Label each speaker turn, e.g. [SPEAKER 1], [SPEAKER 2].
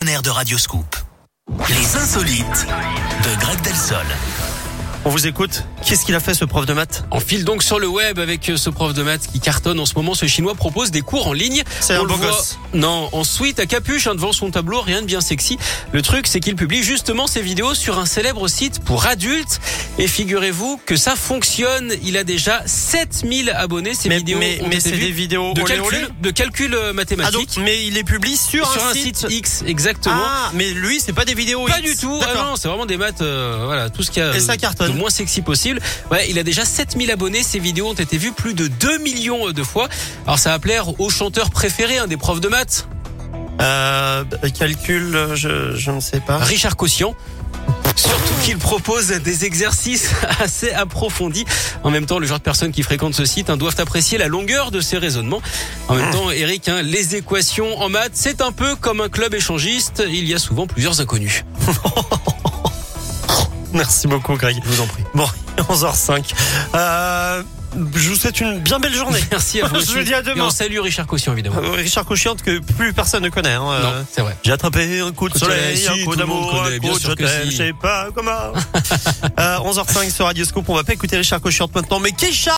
[SPEAKER 1] partenaire de Radio Scoop. Les insolites de Greg Delsol.
[SPEAKER 2] On vous écoute. Qu'est-ce qu'il a fait ce prof de maths
[SPEAKER 3] On file donc sur le web avec euh, ce prof de maths qui cartonne en ce moment. Ce chinois propose des cours en ligne.
[SPEAKER 2] C'est
[SPEAKER 3] On
[SPEAKER 2] un
[SPEAKER 3] le
[SPEAKER 2] beau
[SPEAKER 3] voit-
[SPEAKER 2] gosse.
[SPEAKER 3] Non, en suite à capuche hein, devant son tableau, rien de bien sexy. Le truc, c'est qu'il publie justement ses vidéos sur un célèbre site pour adultes. Et figurez-vous que ça fonctionne. Il a déjà 7000 abonnés. Ses
[SPEAKER 2] Mais,
[SPEAKER 3] vidéos
[SPEAKER 2] mais,
[SPEAKER 3] ont
[SPEAKER 2] mais
[SPEAKER 3] été
[SPEAKER 2] c'est
[SPEAKER 3] vues
[SPEAKER 2] des vidéos
[SPEAKER 3] de
[SPEAKER 2] olé,
[SPEAKER 3] calcul,
[SPEAKER 2] olé.
[SPEAKER 3] de calcul euh,
[SPEAKER 2] Ah,
[SPEAKER 3] mathématique
[SPEAKER 2] donc, mais il les publie Ah, sur,
[SPEAKER 3] sur un site X, exactement.
[SPEAKER 2] Ah, mais lui, c'est pas des vidéos.
[SPEAKER 3] Pas
[SPEAKER 2] X.
[SPEAKER 3] du tout. Ah
[SPEAKER 2] D'accord.
[SPEAKER 3] non, c'est vraiment des maths, euh, voilà, tout ce qu'il y a
[SPEAKER 2] Et ça
[SPEAKER 3] euh,
[SPEAKER 2] cartonne.
[SPEAKER 3] de moins sexy possible. Ouais, il a déjà 7000 abonnés, ses vidéos ont été vues plus de 2 millions euh, de fois. Alors ça va plaire aux chanteurs préférés hein, des profs de maths,
[SPEAKER 2] Euh, calcul, euh, je, je ne sais pas.
[SPEAKER 3] Richard Cossian. Surtout qu'il propose des exercices assez approfondis. En même temps, le genre de personnes qui fréquentent ce site hein, doivent apprécier la longueur de ses raisonnements. En même temps, Eric, hein, les équations en maths, c'est un peu comme un club échangiste. Il y a souvent plusieurs inconnus.
[SPEAKER 2] Merci beaucoup, Greg.
[SPEAKER 3] Je vous en prie.
[SPEAKER 2] Bon, 11h05. Euh, je vous souhaite une bien belle journée.
[SPEAKER 3] Merci à vous.
[SPEAKER 2] Je vous
[SPEAKER 3] aussi.
[SPEAKER 2] dis à demain.
[SPEAKER 3] Et on salue Richard Cossian, évidemment.
[SPEAKER 2] Euh, Richard Cochiante que plus personne ne connaît. hein, euh,
[SPEAKER 3] Non, c'est vrai.
[SPEAKER 2] J'ai attrapé un coup de
[SPEAKER 3] Coup de
[SPEAKER 2] soleil,
[SPEAKER 3] soleil, si,
[SPEAKER 2] un coup
[SPEAKER 3] tout le monde
[SPEAKER 2] d'amour,
[SPEAKER 3] connaît,
[SPEAKER 2] un
[SPEAKER 3] bien
[SPEAKER 2] coup de
[SPEAKER 3] sûr
[SPEAKER 2] je
[SPEAKER 3] que
[SPEAKER 2] t'aime,
[SPEAKER 3] si.
[SPEAKER 2] je sais pas comment. euh, 11h05 sur Radioscope, on va pas écouter Richard Cochiante maintenant, mais Keisha